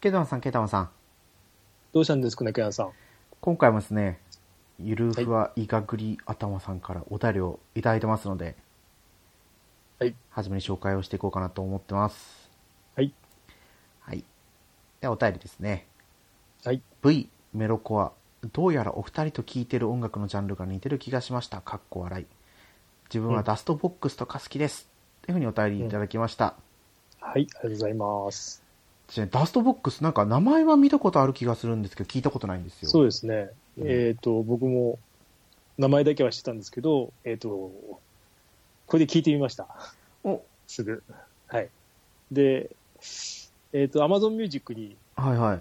ケイタマンさん、ケイタマンさん。どうしたんですかね、ケアンさん。今回もですね、ゆるふわいがぐり頭さんからお便りをいただいてますので、はい。初めに紹介をしていこうかなと思ってます。はい。はい。ではお便りですね。はい。 V メロコアどうやらお二人と聴いてる音楽のジャンルが似てる気がしましたかっこ笑い自分はダストボックスとか好きです、というふうにお便りいただきました、はい、ありがとうございます。ちなみにダストボックスなんか名前は見たことある気がするんですけど聞いたことないんですよそうでですね。うんえっ、と、僕も名前だけは知ってたんですけど、えっ、と、これで聞いてみました。 おすぐ。はい。で、えっ、と、Amazon Music にはいはい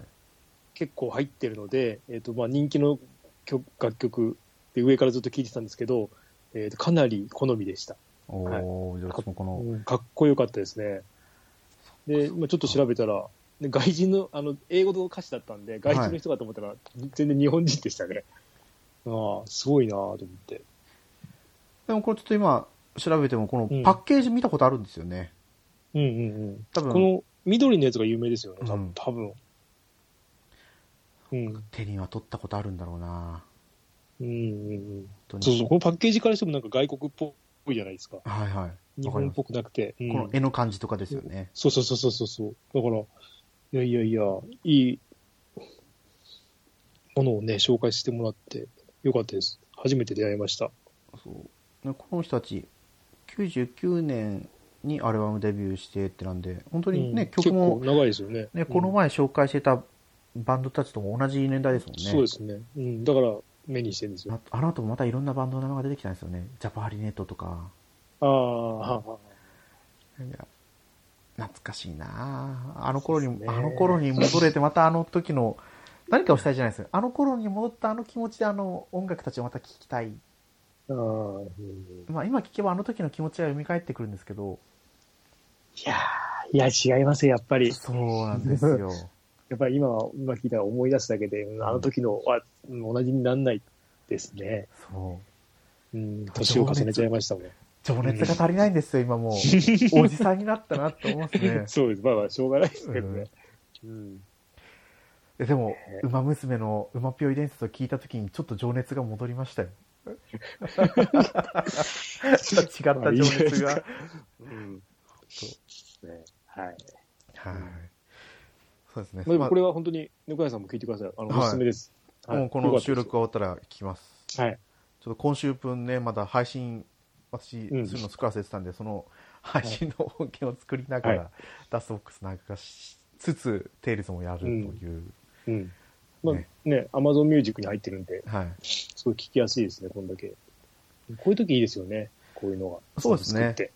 結構入ってるので、えっ、と、まあ、人気の曲楽曲で上からずっと聞いてたんですけど、えー、とかなり好みでした。おお、じゃあ私もこのうんかっこよかったですね。で、まあ、ちょっと調べたら、ね外人の、あの、英語の歌詞だったんで、外人の人かと思ったら、全然日本人でしたね。ああ、すごいなと思って。でもこれちょっと今調べてもこのパッケージ見たことあるんですよね、うんうんうん。多分この緑のやつが有名ですよね、多うん分。多分うん。手には取ったことあるんだろうなうんうんうん。本当そうにそう、このパッケージからしてもなんか外国っぽいじゃないですか。はいはい日わかり本っますぽくなくて。うんこの絵の感じとかですよね、そうそうそうそうそうそう。だから、いやいやいや、いいものをね、紹介してもらって、よかったです。初めて出会いました。そうねこの人たち99年にアルバムデビューしてってなんで本当にね、うん曲も、結構長いですよね。ねこのうん前紹介してたバンドたちとも同じ年代ですもんねそうですね。うん、だから、目にしてるんですよ。ああの後もまたいろんなバンドの名前が出てきたんですよねジャパハリネットとかああ、はあはあいや懐かしいなああの頃に、そうですねあの頃に戻れてまたあの時の何かをしたいじゃないですよあの頃に戻ったあの気持ちであの音楽たちをまた聴きたいああ、うんまあ今聴けばあの時の気持ちが蘇ってくるんですけどいやーいや、違いますよ、やっぱり。そうなんです よやっぱり今は、今聞いたら思い出すだけで、うんあの時のは、うん同じにならないですね。そううん、年を重ねちゃいましたもん。情熱が足りないんですよ、今もう。おじさんになったなって思うんです そうです。まあまあ、しょうがないですけどね。うんね。でも、ウマ娘のウマピオ遺伝説を聞いたときに、ちょっと情熱が戻りま したよ。違った情熱が。うん。そうね。はい。はい。そうですね。まあ、でもこれ、れは本当に、猫屋さんも聞いてください。あの、はいおすすめです。はいもうこの収録。が終わったら聞きます。良かったですちょっと今週分ね、まだ配信、私、すうるんの作らせてたんで、その配信の音源を作りながら、はダストボックス流しつつ、テイルズもやるという。はい。うん。まあねね、アマゾンミュージックに入ってるんで、はい。すごい聞きやすいですね、こんだけ。こういう時いいですよね、こういうのが。そうですね作って。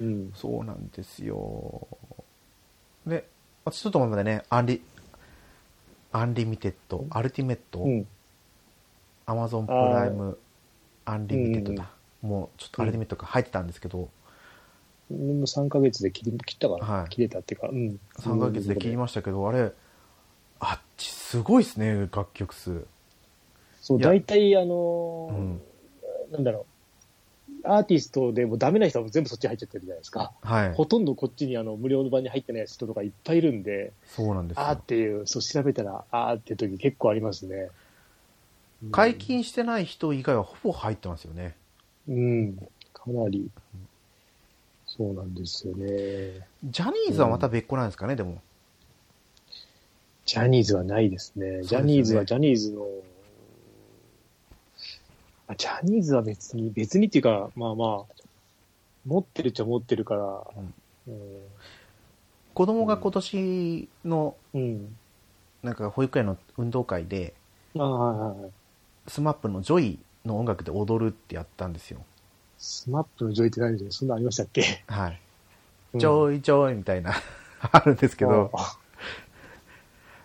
うん。そうなんですよ。で、私ちょっと前までね、アンリ、アンリミテッド、アルティメット、うん。アマゾンプライム、アンリミテッドだ。もうちょっとアルティメットが入ってたんですけど、俺も3ヶ月で切り切ったから、はい切れたっていうか、うん。 3ヶ月で切りまましたけど、あれ、あっちすごいですね、楽曲数。そう、いや大体、あうのん。ー、なんだろう。アーティストでもダメな人は全部そっちに入っちゃってるじゃないですか。はい。ほとんどこっちにあの無料の版に入ってない人とかいっぱいいるんで、そうなんですあーっよ。ていう、そう調べたら、あーっていう時結構ありますね。うん解禁してない人以外はほぼ入ってますよね。うん、かなり。そうなんですよね。ジャニーズはまた別個なんですかね、でも。ジャニーズはないですね。ジャニーズはジャニーズの、あジャニーズは別に、別にっていうか、まあまあ、持ってるっちゃ持ってるから、うん。子供が今年の、うん。なんか保育園の運動会で、ああ、はいはいはい。スマップのジョイの音楽で踊るってやったんですよ。スマップのジョイって何でそんなんありましたっけ、はい。うんジョイジョイみた いな、あるんですけど、あ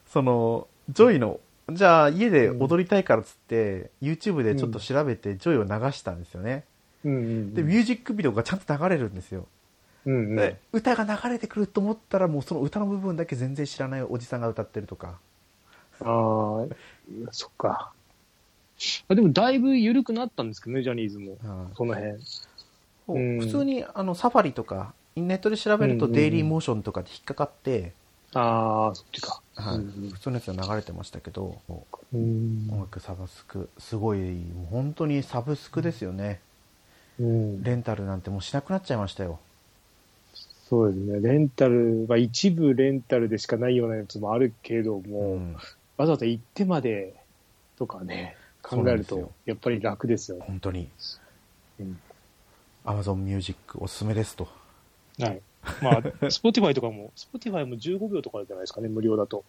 その、ジョイの、じゃあ家で踊りたいからっつって、YouTube でちょっと調べてジョイを流したんですよね。うんうん。で、ミュージックビデオがちゃんと流れるんですよ。うんうんで、歌が流れてくると思ったら、もうその歌の部分だけ全然知らないおじさんが歌ってるとか。ああ、そっか。あでも、だいぶ緩くなったんですけどね、ジャニーズも。うんその辺。うん普通にあのサファリとか、ネットで調べるとうんデイリーモーションとかで引っかかって、ああ、そっちか。はいうん普通のやつが流れてましたけどうん音楽サブスクすごいもう本当にサブスクですよねうんレンタルなんてもうしなくなっちゃいましたよそうですね。レンタル、まあ、一部レンタルでしかないようなやつもあるけども、うんわざわざ行ってまでとかね、そう考なえんでるすよと、やっぱり楽ですよね。本当にうん、 Amazon Music おすすめですとはい。ま あ、Spotify とかも、Spotify も15秒とかじゃないですかね、無料だと。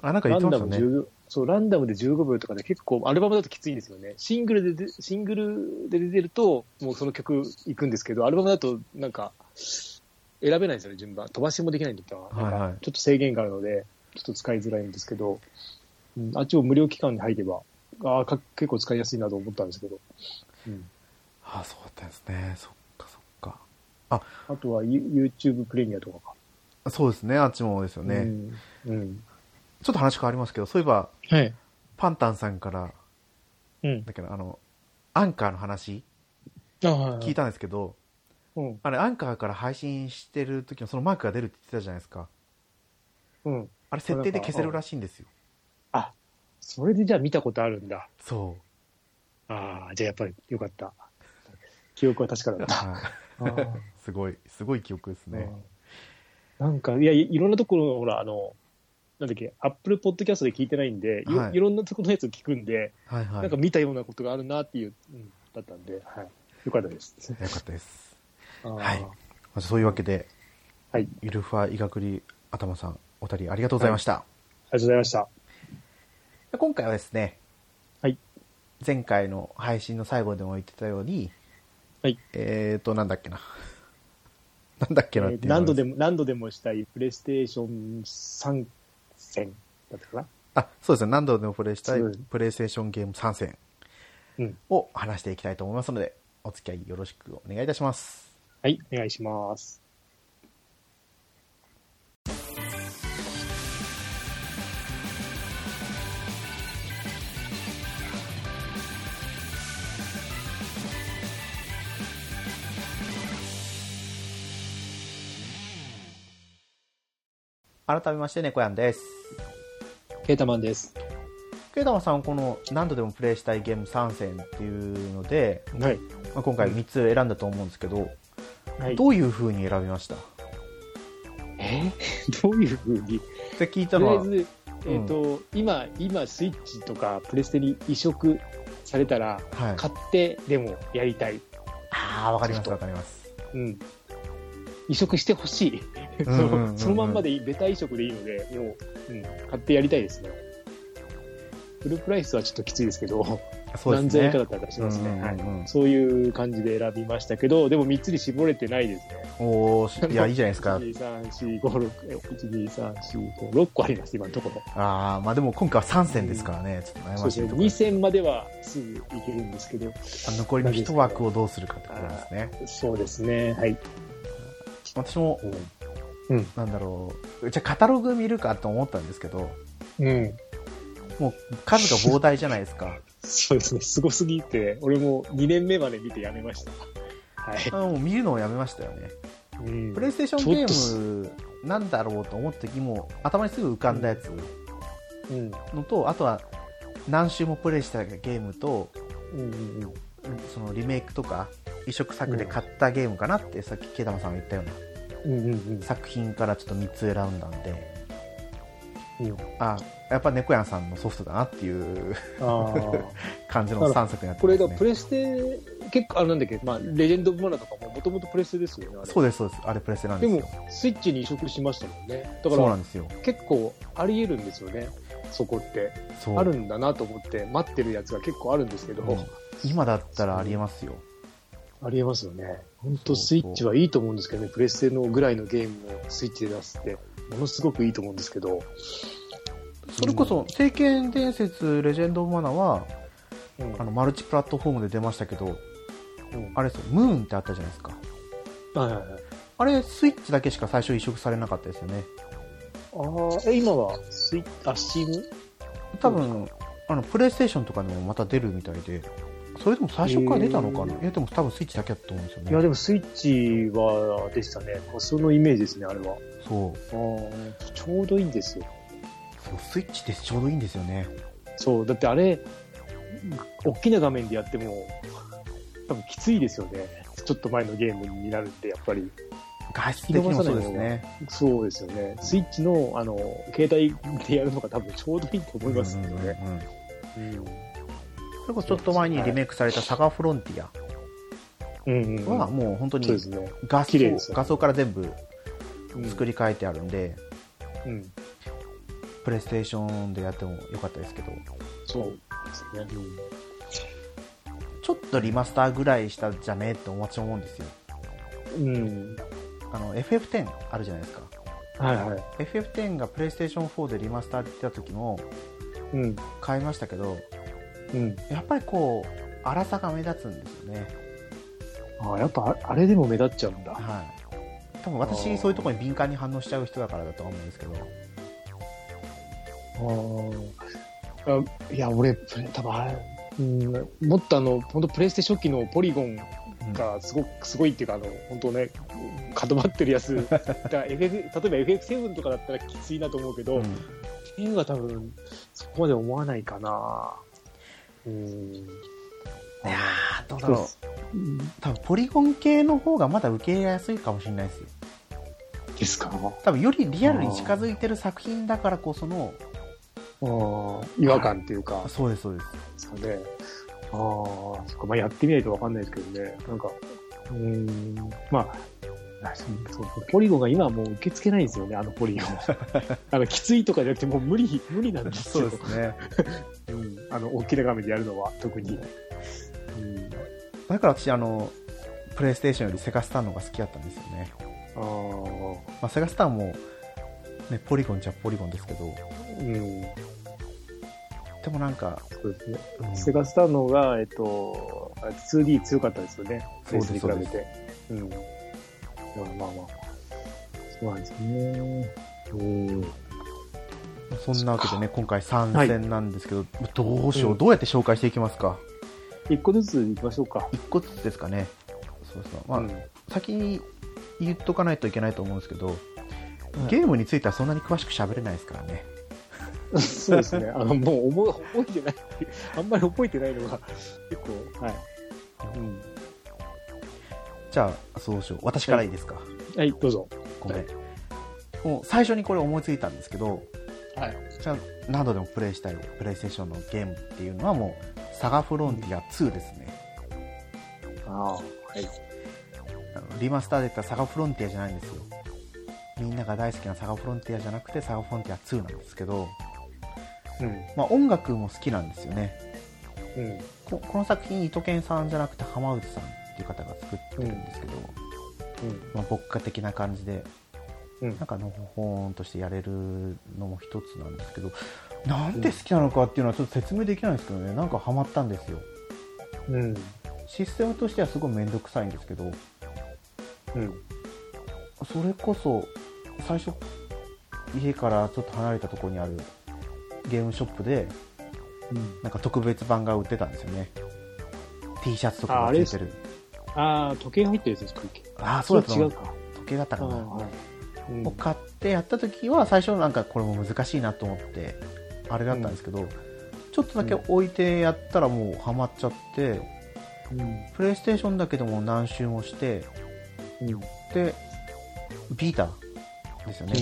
あなんか言ラってンましダたムね15そう、ランダムで15秒とかで結構、アルバムだときついんですよね。シングルでで、シングルで出てると、もうその曲行くんですけど、アルバムだとなんか、選べないんですよね、順番。飛ばしもできないんだったら、はいはいなんかちょっと制限があるので、ちょっと使いづらいんですけど、うん、あっちも無料期間に入れば、ああ、か結構使いやすいなと思ったんですけど。うんあそうだったんですねそっかそっかあとは You- YouTube プレミアとかか。あそうですねあっちもですよね、ちうん。うん。ょっと話変わりますけどそういえばはい。パンタンさんからうん。だけどあのアンカーの話あは聞い。たんですけど、うん。あれアンカーから配信してる時のそのマークが出るって言ってたじゃないですかうん。あれ設定で消せるらしいんですよあ、それでじゃあ見たことあるんだ。そああ、じゃあやっぱりよかった。記憶は確かだっう、た。はい あーすごいすごい記憶ですね、うんなんか、いや、いいろんなところ、ほら、あの、なんだっけ、アップルポッドキャストで聞いてないんで、いろ,、、はいいろんなところのやつを聞くんで、はいはいなんか見たようなことがあるなっていう、うん、だったんで、はい。よかったです。よかったですあーはいまあそういうわけではい。ありがゆるふわいがくり頭さんお二人ありがとうございました、とうございました。で今回はですね、はい前回の配信の最後でも言ってたように、はいえーと、なんだっけな。 なんだっけなってえーいう何度でも。も、何度でもしたいプレイステーション参戦だったかなあ、そうですね。何度でもプレイしたいそうですプレイステーションゲーム参戦うん。を話していきたいと思いますので、お付き合いよろしくお願いいたします。はい、お願いします。改めまして、猫やんです。ケータマンです。ケイタマさんはこの何度でもプレイしたいゲーム参戦っていうので、はい。まあ、今回3つ選んだと思うんですけど、はい、どういう風に選びましたえー どういうふうにって聞いたとりのあは、えず、えっと今、今、スイッチとかプレステに移植されたら、はい、買ってでもやりたい。ああ、わかりますわかります。うん。移植してほしい。そうんうんうんうん のそのまんまでいい、ベタ移植でいいので、もう、うん、買ってやりたいですね。フルプライスはちょっときついですけど、そう何です千ね円かだったら出しますね、うんうんうんはい。そういう感じで選びましたけど、でも3つに絞れてないですね。おお、しいや、いいじゃないです か。 1,2,3,4,5,6,1,2,3,4,5,6個あります、今のところ。ああ、まあでも今回は3戦ですからね、ちょっと悩まそうでしすいね。ところ2戦まではすぐいけるんですけど、あ残りの1枠をどうするかってことですね。そうですね。はい。私も、なんだろう、じゃあカタログ見るかと思ったんですけど、うん。もう数が膨大じゃないです か。そうですね。すごすぎて、俺も2年目まで見てやめました。はい。あもう見るのをやめましたよね。うんプレイステーションゲームなんだろうと思った時も、頭にすぐ浮かんだやつうん。のと、あとは何周もプレイしたゲームと、うんうんうん。そのリメイクとか移植作で買ったゲームかなって、さっきケイタマさんが言ったようなうんうん作品からちょっと3つ選んだんで、うん。うんあやっぱ猫やんさんのソフトだなっていう ああ。感じの3作になって こまれすがねプレステ、結構、あれなんだっけ、まあ、レジェンド・オブ・マナーとかも、もともとプレステですよね。あれそうですそうですあれプレステなんでですよも、スイッチに移植しましたもんね。だかそうならん、ですよ結構あり得るんですよね。そこって。そうあるんだなと思って、待ってるやつが結構あるんですけど、うん今だったらありえますよありえますよね。本当そスうイッチはいいと思うんですけどね、プレステのぐらいのゲームをスイッチで出すって、ものすごくいいと思うんですけど、それこそ「聖剣伝説レジェンド・オブ・マナーは」うんあのマルチプラットフォームで出ましたけどうんあれですよムーンってあったじゃないですかはいはいはいあれスイッチだけしか最初移植されなかったですよねあーえ今はスイッあ、スチーム多分あのプレイステーションとかにもまた出るみたいでそれでも最初から出たのかな、へーいやでも多分スイッチだけだと思うんですよねいや、でもスイッチはでしたね。そのイメージですね、あれは。そうあーちちょうどいいんですよ。そうスイッチってちょうどいいんですよねそう、だってあれ、大きな画面でやっても、多分きついですよね。ちょっと前のゲームになるって、やっぱり。画質的にもそうですねそうですよね。スイッチの、あの、携帯でやるのが多分ちょうどいいと思いますけどね。うんうんうんうん。それこそちょっと前にリメイクされた「サガフロンティアうん、うん。」はもう本当そうにですね。画綺麗素ですよ画素から全部うん作り変えてあるんで、うん。プレイステーションでやってもよかったですけどそうですね。うんちょっとリマスターぐらいしたじゃねって思っちゃうんですようん。あの FF10 あるじゃないですかはいはい。 FF10 がプレイステーション4でリマスターで出た時もうん。買いましたけどうん。やっぱりこう粗さが目立つんですよねああ、やっぱああれでも目立っちゃうんだ。はい多分私そういうところに敏感に反応しちゃう人だからだとは思うんですけどああ。いや、俺、プレ多分あれ、うん、もっとあの、本当プレイステ初期のポリゴンがすごく、すごいっていうか、あの、本当ね、固まってるやつ。だから FF、例えば FF7 とかだったらきついなと思うけど、うん10は多分、そこまで思わないかな。うん。いやーどうだろううん多分ポリゴン系の方がまだ受け入れやすいかもしれないですよですかあ多分よりリアルに近づいてる作品だからこそのあ違和感っていうか。そうですそうですですかね。ああ、そっか、まあ、やってみないとわかんないですけどね。なんか、うーん、まあ、あそうそうポリゴンが今はもう受け付けないんですよね、あのポリゴン。あの、きついとかじゃなくて、もう無理、無 理なんですよ。すねうん、あの、大きな画面でやるのは、特に。うん、だから私あのプレイステーションよりセガスターの方が好きだったんですよね、ああ、まあ、セガスターも、ね、ポリゴンじゃポリゴンですけどうん、でもなんか、そうですね。うんセガスターの方が、えっと、あ 2D 強かったですよね。そうですプレスに比べて。うん。まあまあまあ。そうなんですね。うん。そんなわけでね今回参はい戦なんですけど、どうしよう、うんどうやって紹介していきますか一個ずつ行きましょうか。 1個ずつですかねそうですねまあ、うん 先に言っとかないといけないと思うんですけど、ゲームについてはそんなに詳しく喋れないですからねそうですね。あの、もう覚え覚えてないっていうあんまり覚えてないのが、結構、はい。うん。じゃあそうしよう私からいいですか、はい、どうぞ。ごめん、もう最初にこれ思いついたんですけどはい。じゃあ何度でもプレイしたいプレイステーションのゲームっていうのはもうサガフロンティア2ですね、ああ、はい。あのリマスターで言ったらサガフロンティアじゃないんですよみんなが大好きなサガフロンティアじゃなくてサガフロンティア2なんですけど、うん。まあ、音楽も好きなんですよねうん。ここの作品糸健さんじゃなくて浜内さんっていう方が作ってるんですけど、まあ、牧歌的な感じでうん。うんなんかのほほーんとしてやれるのも一つなんですけどなんで好きなのかっていうのはちょっと説明できないんですけどねなんかハマったんですよ。うん。システムとしてはすごい面倒くさいんですけどうん。それこそ最初家からちょっと離れたところにあるゲームショップでうん。なんか特別版が売ってたんですよね T シャツとかがああつれいてるああ、時計入ってるやつですか、時計ああそうだったれ違う時か。計だったかああなはい。うんを買ってやった時は最初なんかこれも難しいなと思ってあれだったんですけど、ちょっとだけ置いてやったらもうハマっちゃってうん。プレイステーションだけでも何周もしてうん。でビータですよね、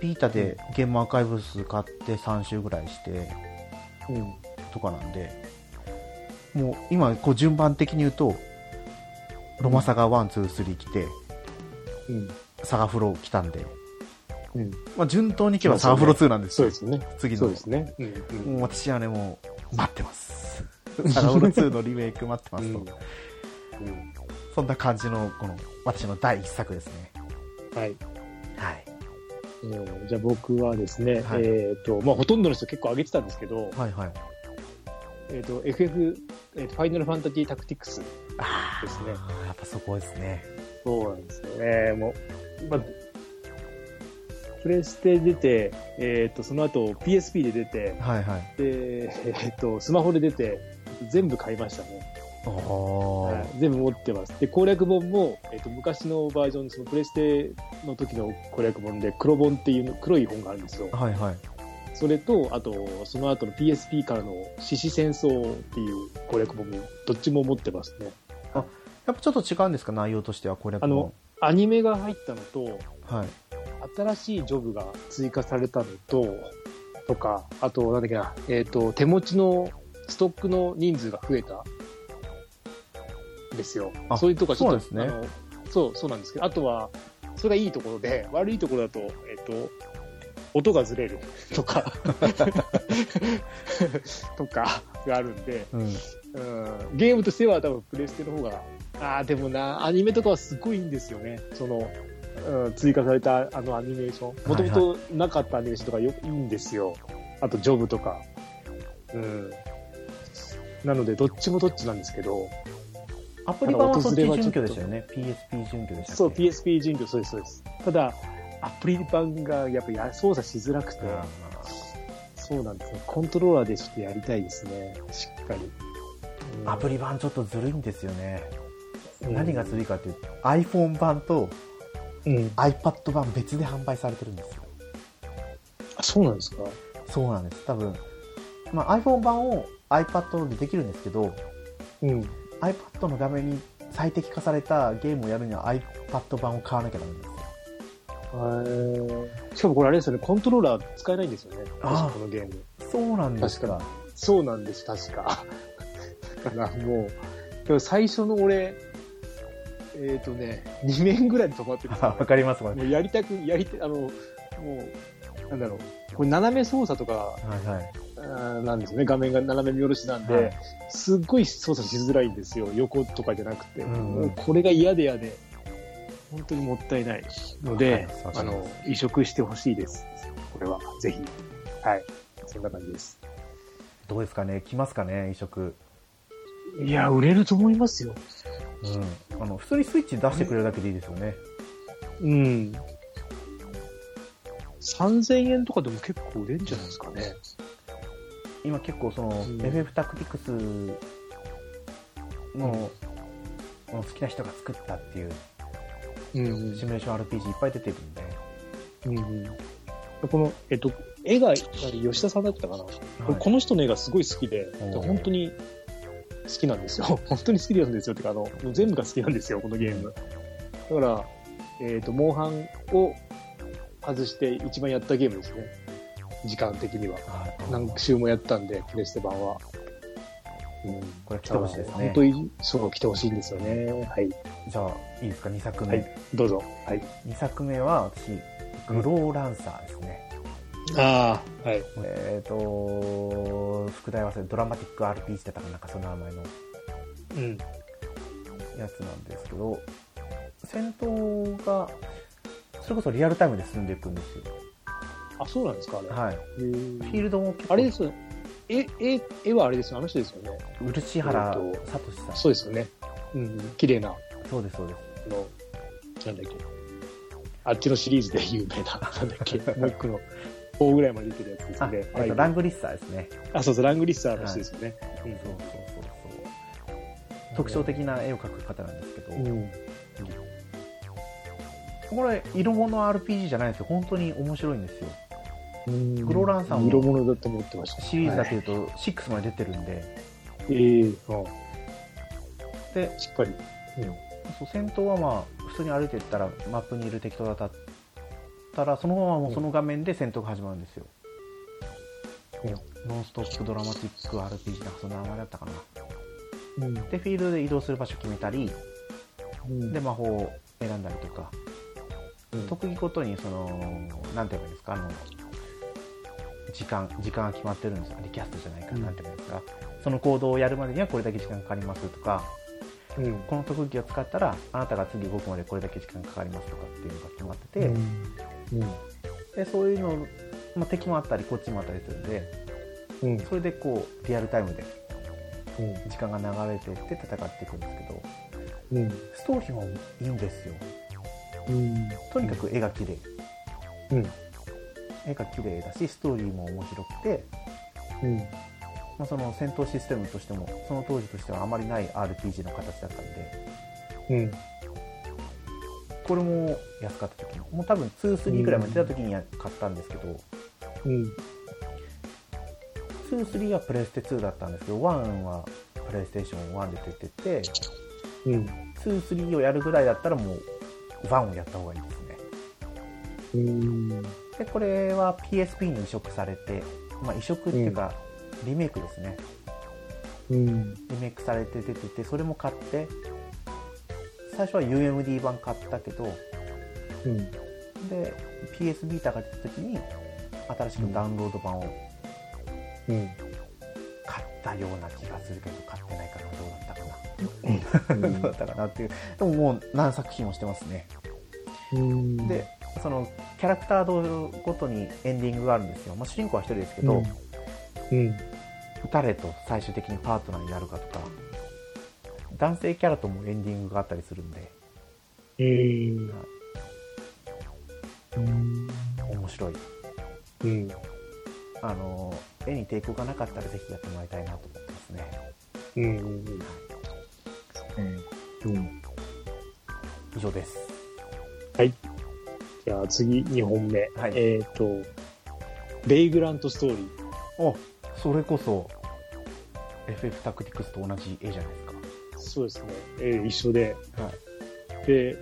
ビータでゲームアーカイブス買って3周ぐらいしてうん。とかなんでもう今こう順番的に言うとロマサガ123来てうん。サガフロ来たんで、うん。まあ、順当にいけばサガフロ2なんですそうよですよね。次そうのですね。うん。うんもう私はねもう待ってますサガフロ2のリメイク待ってまうすんと、うんそんな感じのこの私の第一作ですねはい。はいえーじゃあ僕はですね、はいえっと、まあほとんどの人結構上げてたんですけはど、いはいえっ、と、FF、えーと、ファイナルファンタジータクティクス。あですねあやっぱそこですねそうなんですよね。もう、まあ、プレステ出て、えっ、と、その後 PSP で出て、はいはいで、えっ、と、スマホで出て、全部買いましたね。ああ、はい全部持ってます。で、攻略本も、えっと昔のバージョン、そのプレステの時の攻略本で、黒本っていうの黒い本があるんですよ。はいはい。それと、あと、その後の PSP からの獅子戦争っていう攻略本も、どっちも持ってますね。やっぱちょっと違うんですか、内容としては、攻略あもの。アニメが入ったのと、はい。新しいジョブが追加されたのと、とか、あと、なんだっけな、えっ、と、手持ちのストックの人数が増えた、ですよあ。そういうとこはちょっと、そうなんあのそう、そうなんですけど、あとは、それがいいところで、悪いところだと、えっ、と、音がずれるとか、 とかがあるんで、うん。うんゲームとしては多分プレステの方が、ああ、でもな、アニメとかはすごいいいんですよね。その、うん追加されたあのアニメーション。もともとなかったアニメーションとかよいいんですよ。あと、ジョブとか。うん。なので、どっちもどっちなんですけど、アプリ版はただそっち訪れはち準ょっと拠でしたよね。PSP 準拠でしたっけそう、PSP 人形、そうです、そうです。ただ、アプリ版がやっぱや操作しづらくて、あそうなんですね。コントローラーでちょっとやりたいですね。しっかり。ーアプリ版ちょっとずるいんですよね。うん何がずるいかっていうと、iPhone 版とリ、うん、 iPad 版別で販売されてるんですよ。あそうなんですかそうなんです。多分、まあ、iPhone 版を iPad でできるんですけど、うん。 iPad の画面に最適化されたゲームをやるには iPad 版を買わなきゃダメなんですよ。しかもこれあれですよね、コントローラー使えないんですよね。あー確かこのゲーム。そうなんです確かそうなんです、確 か。だからもう、でも最初の俺、えっ、ー、とね、2面ぐらいで止まってるんですよあ わかります、これ。もうやりたく、やりたあの、もう、なんだろう。これ斜め操作とか、はいはい。あーなんですよね。画面が斜め見下ろしなんで、はいすっごい操作しづらいんですよ。横とかじゃなくて。うんうんもうこれが嫌で嫌で、本当にもったいないのでわ、かありますわかりまの、移植してほしいです。これは、ぜひ。はい。そんな感じです。どうですかね来ますかね移植。いや、売れると思いますよ。うん。あの、普通にスイッチ出してくれるだけでいいですよね。うん。3000円とかでも結構売れるんじゃないですかね。今結構その、うん FF タクティクスの、好きな人が作ったっていううんうん、シミュレーション RPG いっぱい出てるんで、うんうん、この、えっと、絵が、あれ吉田さんだったかな、はいこの人の絵がすごい好きで、おー本当に好きなんですよ。 本当に好きなんですよ。てか、あの、もう全部が好きなんですよ、このゲーム。だから、えっと、モンハンを外して一番やったゲームですね。時間的には。はい何週もやったんで、プレステ版は。うん。これ来てほしいです本ね当に、そう、来てほしいんですよね。はい。じゃあいいですか2作目、はいどうぞ。はい。 2作目は私グローランサーですね、ああ、はい。えっ、と副題はそれドラマティック RPG だったかななんかその名前のうん。やつなんですけど戦闘がそれこそリアルタイムで進んでいくんですよあ、そうなんですか、あれ。はいへーフィールドも結構あれですよね。え、え、絵はあれですよ。あの人ですよね。漆原えっ聡さんそうですよね。うん、綺麗な、そうですそうですあの、なんだっけ。あっちのシリーズで有名な、 なんだっけ、もう一個の、4ぐらいまで出てるやつですあ、よね。えっとラングリッサーですね、あ、そうそう、ラングリッサーの人ですよね。そううんそうそうそう特徴的な絵を描く方なんですけど、うん。これ色物 RPG じゃないんですよ本当に面白いんですようんグローランさんも色物だと思ってました。シリーズだけはい言うと6まで出てるんでええうんでしっかり。そう戦闘はまあ普通に歩いてったらマップにいる敵と当たったらそのままもうその画面で戦闘が始まるんですよ、ノンストップドラマティック RPG なんかそんな名前だったかなうん。でフィールドで移動する場所決めたりうんで魔法を選んだりとかうん特技ごとにそのなんて言えばいいんですかあの時間時間が決まってるんですよリキャストじゃないかうんなんて言えばいいんですかその行動をやるまでにはこれだけ時間かかりますとかうん。この特技を使ったらあなたが次動くまでこれだけ時間かかりますとかっていうのが決まってて、うん、でそういうの、まあ、敵もあったりこっちもあったりするんでうん。うん。それでこうリアルタイムでうん。時間が流れてって戦っていくんですけどうん。ストーリーもいいんですようん。とにかく絵が綺麗うん。絵が綺麗だしストーリーも面白くてうん。まあ、その戦闘システムとしてもその当時としてはあまりない RPG の形だったんでうん。これも安かった時もう多分23ぐらいまで出た時には買ったんですけどうん。 23はプレステ2だったんですけど1はプレイステーション1で出ててうん。 23をやるぐらいだったらもう1をやった方がいいですねうん。でこれは PSP に移植されて、まあ、移植っていうかリメイクですね、うん。リメイクされて出ててそれも買って最初は UMD 版買ったけどうん。で PS ビータが出た時に新しくダウンロード版をうん。買ったような気がするけど買ってないからどうだったかなうどうだったかなっていうでももう何作品もしてますねんで、そのキャラクターごとにエンディングがあるんですよ、まあ、主人公は一人ですけど、うん。誰と最終的にパートナーになるかとか男性キャラともエンディングがあったりするんでえー。うん。面白いうん。あの絵に抵抗がなかったらぜひやってもらいたいなと思ってますねうん。うん。以上ですはい。じゃあ次、2本目。はいえっと、ベイグラントストーリー。おそれこそ FF タクティクスと同じ絵じゃないですそうですね。えー、一緒で。かはで、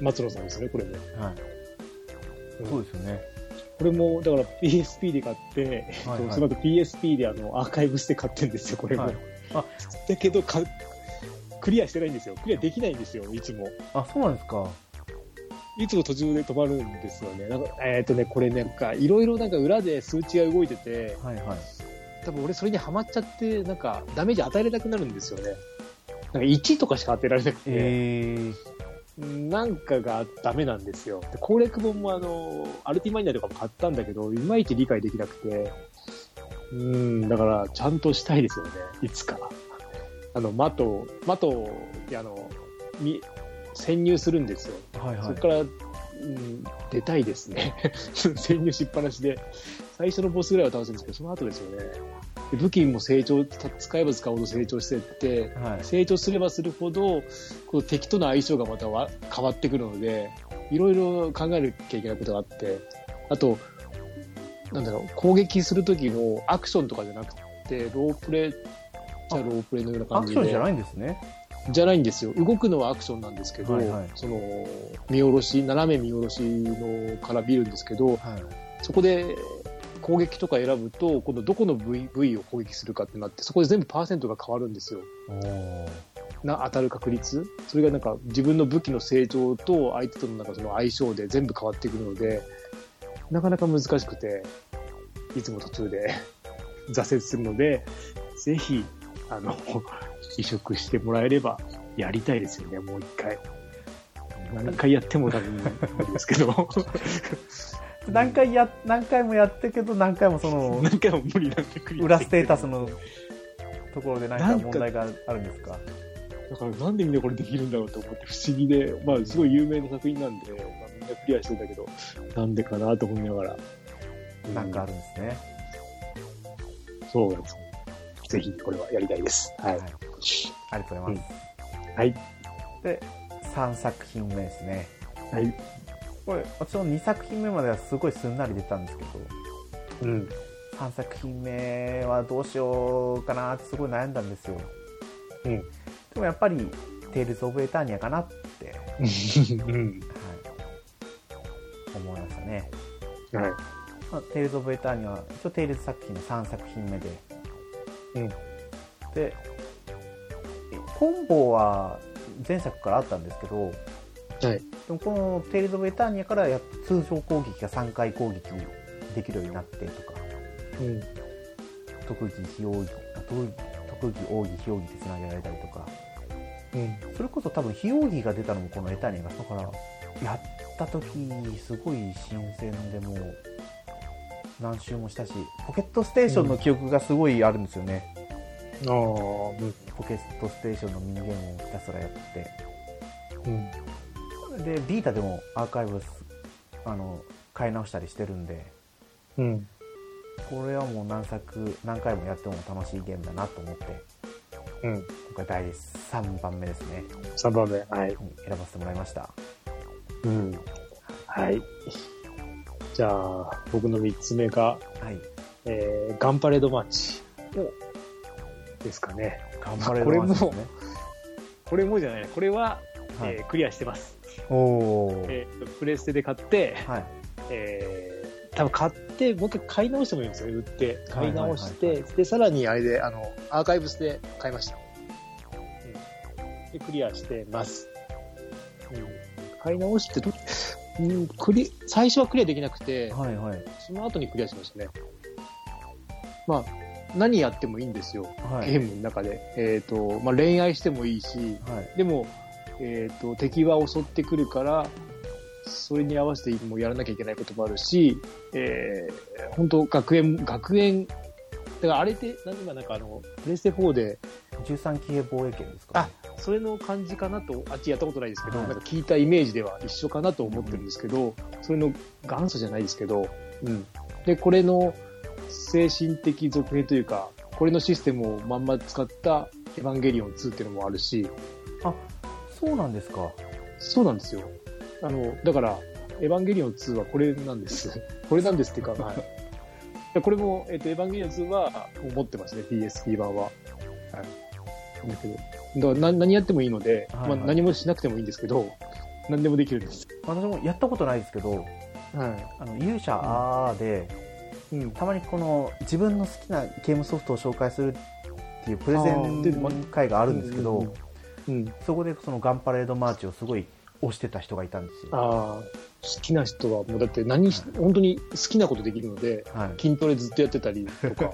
松野さんですね、これも。い、はい、そうですよねこれも、だから PSP で買って、はいえっはといその後 PSP であのアーカイブして買ってんですよ、これも。はいあだけどか、クリアしてないんですよ。クリアできないんですよ、いつも。あそうなんですかいつも途中で止まるんですよね。なんかえっ、とね、これなんか、いろいろなんか裏で数値が動いてて、はいはい多分俺それにハマっちゃって、なんかダメージ与えれなくなるんですよね。なんか1とかしか当てられなくて。えー、なんかがダメなんですよ。で、攻略本もあの、アルティマイナーとかも買ったんだけど、いまいち理解できなくて、うーん、だから、ちゃんとしたいですよね、いつか。あの、マト、マトってあの、み、潜入するんですよ。はいはそいこから、うん、出たいですね。 潜入しっぱなしで。最初のボスぐらいは倒すんですけど、その後ですよね。で武器も成長、た使えば使うほど成長してって、はい成長すればするほどこう敵との相性がまたわ変わってくるのでいろいろ考えなきゃいけないことがあってあとなんだろう攻撃する時もアクションとかじゃなくてロープレイじゃあロープレイのようなア感クじシでョンじゃないんですねじゃないんですよ動くのはアクションなんですけど、はいはいその見下ろし斜め見下ろしのから見るんですけはどいそこで攻撃とか選ぶと今度どこの部位部位を攻撃するかってなってそこで全部パーセントが変わるんですよ。おーな当たる確率それがなんか自分の武器の成長と相手とのなんかその相性で全部変わってくるのでなかなか難しくていつも途中で 挫折するのでぜひあの移植してもらえればやりたいですよねもう一回何回やっても多分無理ですけど何回や何回もやってるけど何回もそ の何回も無理なんでクリア裏ステータスのところで何なかんか問題があるんですかだからなんでみんなこれできるんだろうと思って不思議で、まあすごい有名な作品なんで、まあ、みんなクリアしてんだけど、なんでかなと思いながら。うなんかあるんですね、そうなんです。ぜひこれはやりたいです。はい。はいありがとうございます、はい。で3作品目ですねはい。これ私の2作品目まではすごいすんなり出たんですけどうん。 3作品目はどうしようかなってすごい悩んだんですようん。でもやっぱり「テイルズ・オブ・エターニア」かなって、はうん。い、思いましたねはい。まあ、テイルズ・オブ・エターニは一応テイルズ作品の3作品目で、うんでえコンボは前作からあったんですけどはい。でもこのテイルズ・オブ・エターニアからや通常攻撃が3回攻撃できるようになってとかうん。特技非奥義あ特特技奥義非奥義でつなげられたりとかうん。それこそ多分非奥義が出たのもこのエターニアがだからやった時すごい新鮮でもう何周もしたしポケットステーションの記憶がすごいあるんですよね、ああ、うん。ポケットステーションのミニゲームをひたすらやってうん。でビータでもアーカイブスあの買い直したりしてるんでうん。これはもう何作何回もやっても楽しいゲームだなと思ってうん。今回第3番目ですね、 3番目。はい。うん選ばせてもらいましたうん。はい。じゃあ、僕の3つ目が、はいえー、ガンパレードマッチ。ですかね。頑張れるこれマジもですねこれもじゃない。これは、はいえークリアしてます。おおーえープレステで買って、はいえー多分買って、もう一回買い直してもいいんですよ、売って。買い直して、はいはいで、さらにあれで、あの、アーカイブスで買いました。うん、で、クリアしてます。うん、買い直してど、うん、クリ、最初はクリアできなくて、はいはいその後にクリアしましたね。まあ、何やってもいいんですよ、はいゲームの中で。えっ、と、まあ恋愛してもいいし、はいでも、えー、と敵は襲ってくるからそれに合わせてもうやらなきゃいけないこともあるし、えー、本当学園学園だからあれって何今なんかあのプレステ4で13期兵防衛権ですか、ね、それの感じかなとあっちやったことないですけど、はいなんか聞いたイメージでは一緒かなと思ってるんですけど、それの元祖じゃないですけど、うん、でこれの精神的続編というかこれのシステムをまんま使った「エヴァンゲリオン2」っていうのもあるし、そうなんですかそうなんですよ。あの、だから、エヴァンゲリオン2はこれなんです。 これなんですっていうか、はい。 これも、えっ、と、エヴァンゲリオン2はもう持ってますね、PSP 版は。はい。だけど、だからな何やってもいいので、はいはいまあ、何もしなくてもいいんですけど、何でもできるんです。私もやったことないですけどはあの勇者あーで、い。うん。たまにこの自分の好きなゲームソフトを紹介するっていうプレゼあーでまン会があるんですけど、うん。うんそこでそのガンパレードマーチをすごい推してた人がいたんですよ。ああ、好きな人はもうだって何し、本当に好きなことできるので、はい、筋トレずっとやってたり とか、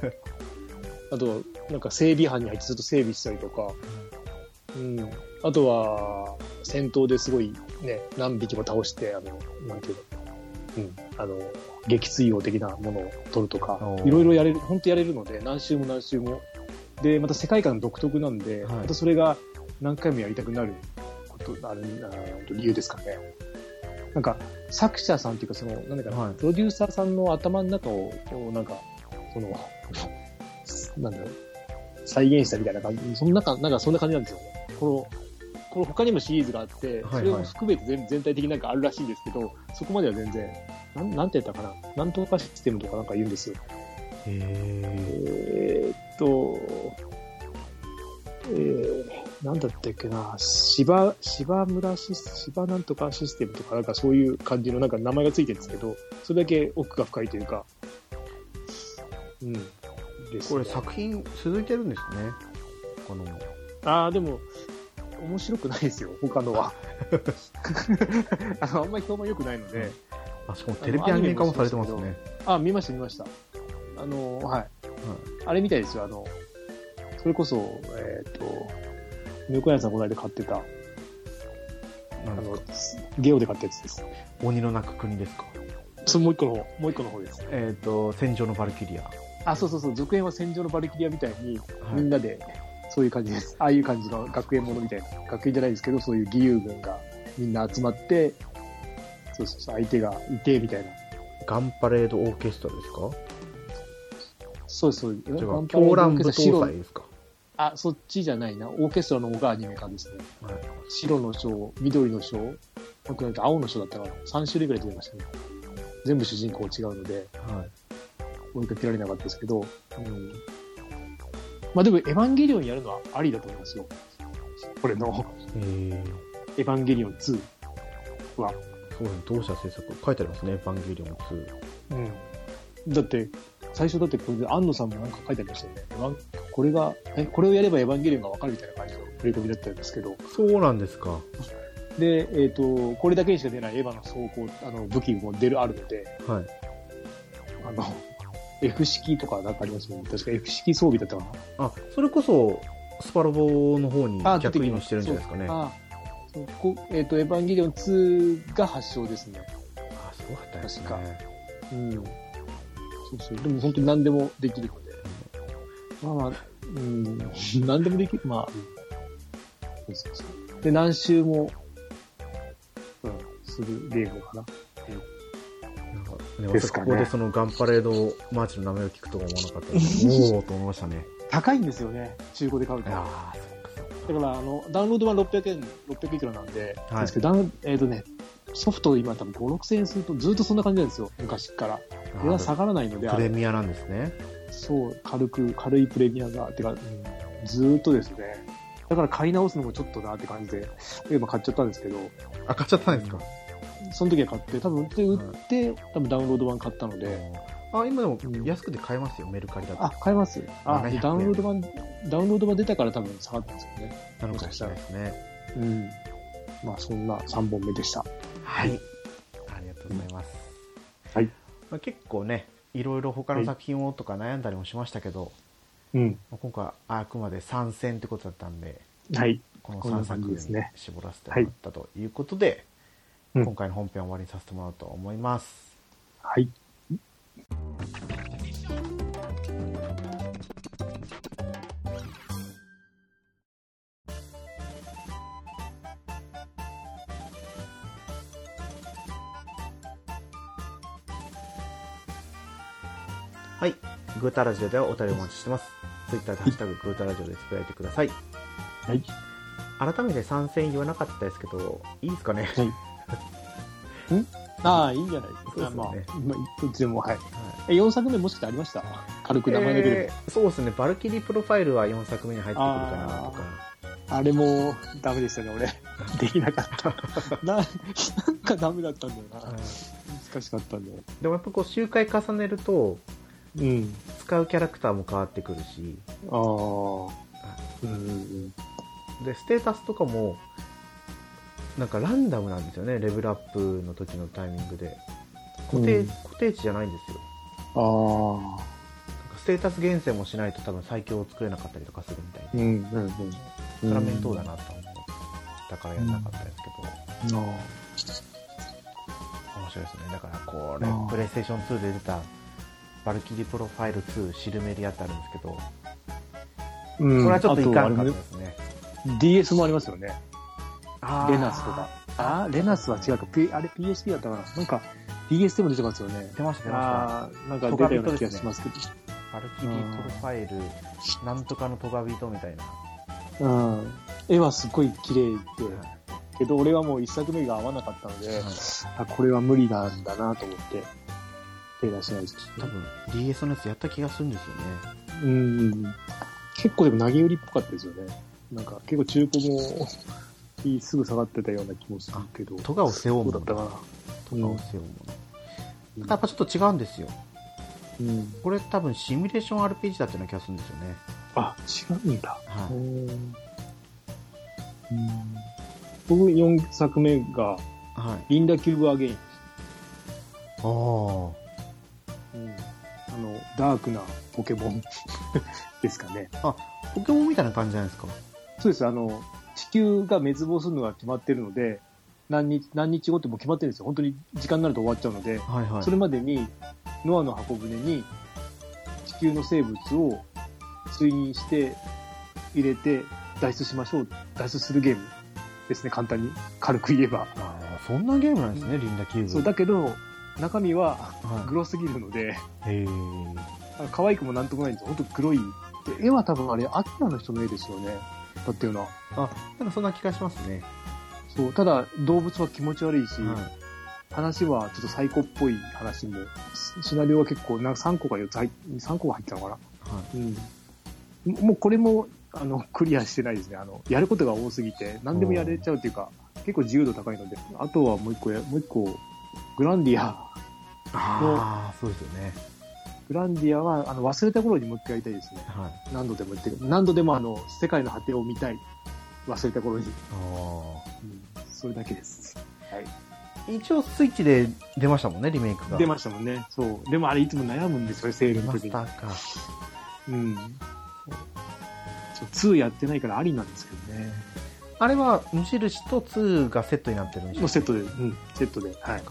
あとは、なんか整備班に入ってずっと整備したりとか、うん。あとは、戦闘ですごいね、何匹も倒して、あの、なんていうの、うん、あの、撃墜王的なものを取るとかお、ーいろいろやれる、本当やれるので、何周も何周も。で、また世界観独特なんで、はいまたそれが何回もやりたくなること、ある、あー理由ですかね。なんか、作者さんっていうか、その、なんだかな、はいプロデューサーさんの頭の中を、こうなんか、その、なんだろう、再現したみたいな感じ、その中、なんかそんな感じなんですよね。この、この他にもシリーズがあって、はいはいそれを含めて全全体的になんかあるらしいんですけど、そこまでは全然、なんなんて言ったかな、なんとかシステムとかなんか言うんですよ。へえーっと、えー、なんだったっけな、芝、芝村シス、芝なんとかシステムとか、なんかそういう感じのなんか名前がついてるんですけど、それだけ奥が深いというか、うん。ですこねれ作品続いてるんですね。このああ、でも、面白くないですよ、他 のは。 あの、あんまり評判良くないので。あしかもテレビアニメ化もされてますね。あ、見ました、見ました。あの、はい。あれみたいですよ、あの、それこそ、えっ、と、猫屋さんこの間買ってた、なあんですのか、ゲオで買ったやつです。鬼の泣く国ですか。そのもう一個の方、もう一個の方です。えっ、と戦場のバルキリア。はあ、そうそうそう、続編は戦場のバルキリアみたいに、みんい。なで、そういう感じです。ああいう感じの学園ものみたいな。学園じゃないですけど、そういう義勇軍がみんな集まって、そうそうそう、相手がいて、みたいな。ガンパレードオーケストラですか。そうそう。違ガう。ンパレー狂ド乱オー舞ケ踏ストラ祭白ですか。あ、そっちじゃないな。オーケストラの方がアニメ化ですね。はい。白の章、緑の章、僕なんて青の章だったから、3種類ぐらい出てましたね。全部主人公違うので、はい。追いかけられなかったですけど、うん。まあでも、エヴァンゲリオンやるのはありだと思いますよ。これの、えー、エヴァンゲリオン2は。そうですね。同社制作書いてありますね。エヴァンゲリオン2。うん、だって、最初だってこれで安野さんもなんか書いてありましたよね。エヴァンこれが、え、これをやればエヴァンゲリオンがわかるみたいな感じの振り込みだったんですけど。そうなんですか。で、えっ、と、これだけにしか出ないエヴァの装甲、あの、武器も出る、あるので、はい。あの、F 式とかなんかありますよね。確か F 式装備だったかあ、それこそ、スパロボの方にな。逆輸入してるんじゃないですかね。そうああそうこえっ、と、エヴァンゲリオン2が発祥ですね。すごかったですね。確うん。そうそう。でも本当に何でもできるので。まあまあ、うん、 何でもできる。まあ、うんそうそうそう。で、何周も、うん、するゲームかな。なんかねですか私こねこでそのガンパレードマーチの名前を聞くとは思わなかったので、おおと思いましたね。高いんですよね、中古で買ういと。やだーそっかそっかからあの、ダウンロード版600円、600いくらなんで、はいですけど、ダウンえっ、とね、ソフト今多分5、6000円するとずっとそんな感じなんですよ、昔から。あー値段下がらないので、あプレれミアなんですね。そう、軽く、軽いプレミアが、てか、うんずーっとですね。だから買い直すのもちょっとなって感じで、今買っちゃったんですけど、あ、買っちゃったんですか。その時は買って、多分売って、売って、多分ダウンロード版買ったので、あ、今でもうん安くて買えますよ、メルカリだと。あ、買えますあ700、円ダウンロード版、ダウンロード版出たから多分下がったんですよね。なのかもしれないですね。うん。まあ、そんな3本目でした。はい。ありがとうございます。はい。まあ、結構ね、いろいろ他の作品をとか悩んだりもしましたけど、うん。まあ今回はあくまで参戦ってことだったんで、はい。このこんな3感じ作ですにね絞らせてもらったということで、うん今回の本編を終わりにさせてもらおうと思います。はい。はい。グータラジオではお便りお待ちしてます。ツイッターでハッシュタググータラジオでつぶやいてください。はい。改めて参戦言わなかったですけど、いいですかね。 はいああ、いいんじゃないですそうですか。ねまあ、まあ、どっちでも、はい。え、4作目もしかしてありました軽く名前だけでも。えーそうですね、バルキリープロファイルは4作目に入ってくるかなとか、あれもダメでしたね、俺。 できなか った。ななんかダメだったんだようんな。難しかったんだよ。でもやっぱこう周回重ねると、うん。使うキャラクターも変わってくるし、ああ。うん。でステータスとかも、なんかランダムなんですよね、レベルアップの時のタイミングで。固定,、うん固定値じゃないんですよ。ああ。なんかステータス厳選もしないと多分最強を作れなかったりとかするみたいで、うん。うん。うん。それは面倒だなと思ったからやんなかったですけど。あ面白いですねだからこれうんプレイステーション2で出た「バルキリープロファイル2シルメリア」ってあるんですけどこあ。うんれはちょっといかんかあったとですね、あれも DS もありますよね。あーレナスとか。あーレナスは違うか。P、あれ PSP だったかな。なんか DS でも出てますよね。出ました出まああ、なんか出たような気がしますけど。したバルキリープロファイルなんとかのトガビトみたいな、うん。絵はすっごい綺麗うでん、けど俺はもう一作目が合わなかったので、あ、これは無理なんだなと思って、手出しないです。多分 DS のやつやった気がするんですよねうん。結構でも投げ売りっぽかったですよね。なんか結構中古も、すぐ下がってたような気もするけど。トガを背負うそもうだのったトかガな。を背負うもうんのやっぱちょっと違うんですようん。これ多分シミュレーション RPG だったような気がするんですよね、あ、違うんだ。はいうん僕4作目が、はい、リンダキューブアゲイン。あーあの、ダークなポケモン ですかね。ポケモンみたいな感じじゃないですかそうです。あの、地球が滅亡するのが決まってるので、何日、何日後ってもう決まってるんですよ。本当に時間になると終わっちゃうので、はいはいそれまでに、ノアの箱舟に、地球の生物を追認して、入れて、脱出しましょう。脱出するゲームですね、簡単に。軽く言えば。あーそんなゲームなんですね、リンダキューブ。そう、だけど、中身ははグロすぎるので、い、へえ。あの可愛くもなんともないんですよ。ほんと黒い。で絵は多分あれ、アキラの人の絵ですよね。だったよな。あ、なんかそんな気がしますね。そう、ただ動物は気持ち悪いし、は話はちょっと最高っぽい話も、シシナリオは結構、なんか3個か4つ入っ、3個が入ったのかい。な。はうん。ももうこれも、あの、クリアしてないですね。あの、やることが多すぎて、何でもやれちゃうっていうか、結構自由度高いので、あとはもう一個や、もう一個、グランディい、ア。ああ、そうですよね。グランディアは、あの、忘れた頃にもう一回やりたいですね。はい。何度でも言ってる。何度でもあの、世界の果てを見たい。忘れた頃に。あそれだけです。あ。一応スイッチで出ましたもんね、リメイクが。出ましたもんね。そう。でもあれいつも悩むんですよ、セールの時出に。ましたか。うん。そう2やってないからありなんですけどね。あれは無印と2がセットになってるんでしょもうセットで、うん、セットで。はい。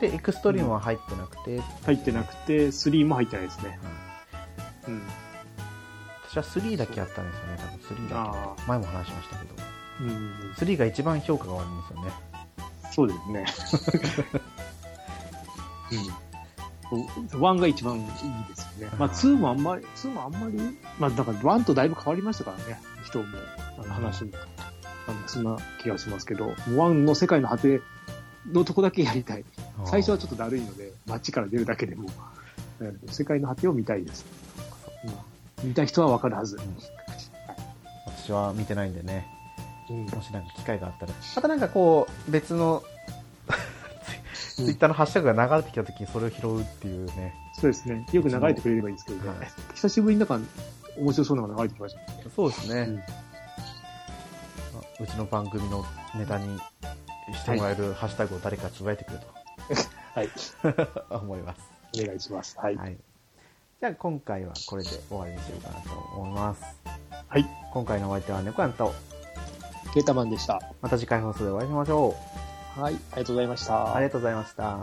で、エクストリームは入ってなくて、入ってなくて、3も入ってないですね。はいうん。私は3だけやったんですよね、多分3だああ。け。前も話しましたけど、うん。 3が一番評価が悪いんですよね。そうですね。 1が一番いいですよね。まあ、2もあんまり、2もあんまり、まあ、だから1とだいぶ変わりましたからね、人も、あの話も。あの、そんな気がしますけど、1の世界の果てのとこだけやりたい。最初はちょっとだるいので、街から出るだけでも、うん世界の果てを見たいです。うん見た人はわかるはず。私は見てないんでねうんもしなんか機会があったらまたなんかこう別のツイツイッターのハッシュタグが流れてきた時にそれを拾うっていうねそうですね。よく流れてくれればいいんですけどね。はい久しぶりになんか面白そうなのが流れてきましたね。そうですね、うんまあうちの番組のネタにしてもらえるハッシュタグを誰かつぶやいてくれはい。と 思います、お願いします。はい。はい、じゃあ今回はこれで終わりにしようかなと思いますはい。今回のお相手は猫やんとケータマンでした。また次回放送でお会いしましょうはい。ありがとうございました。ありがとうございました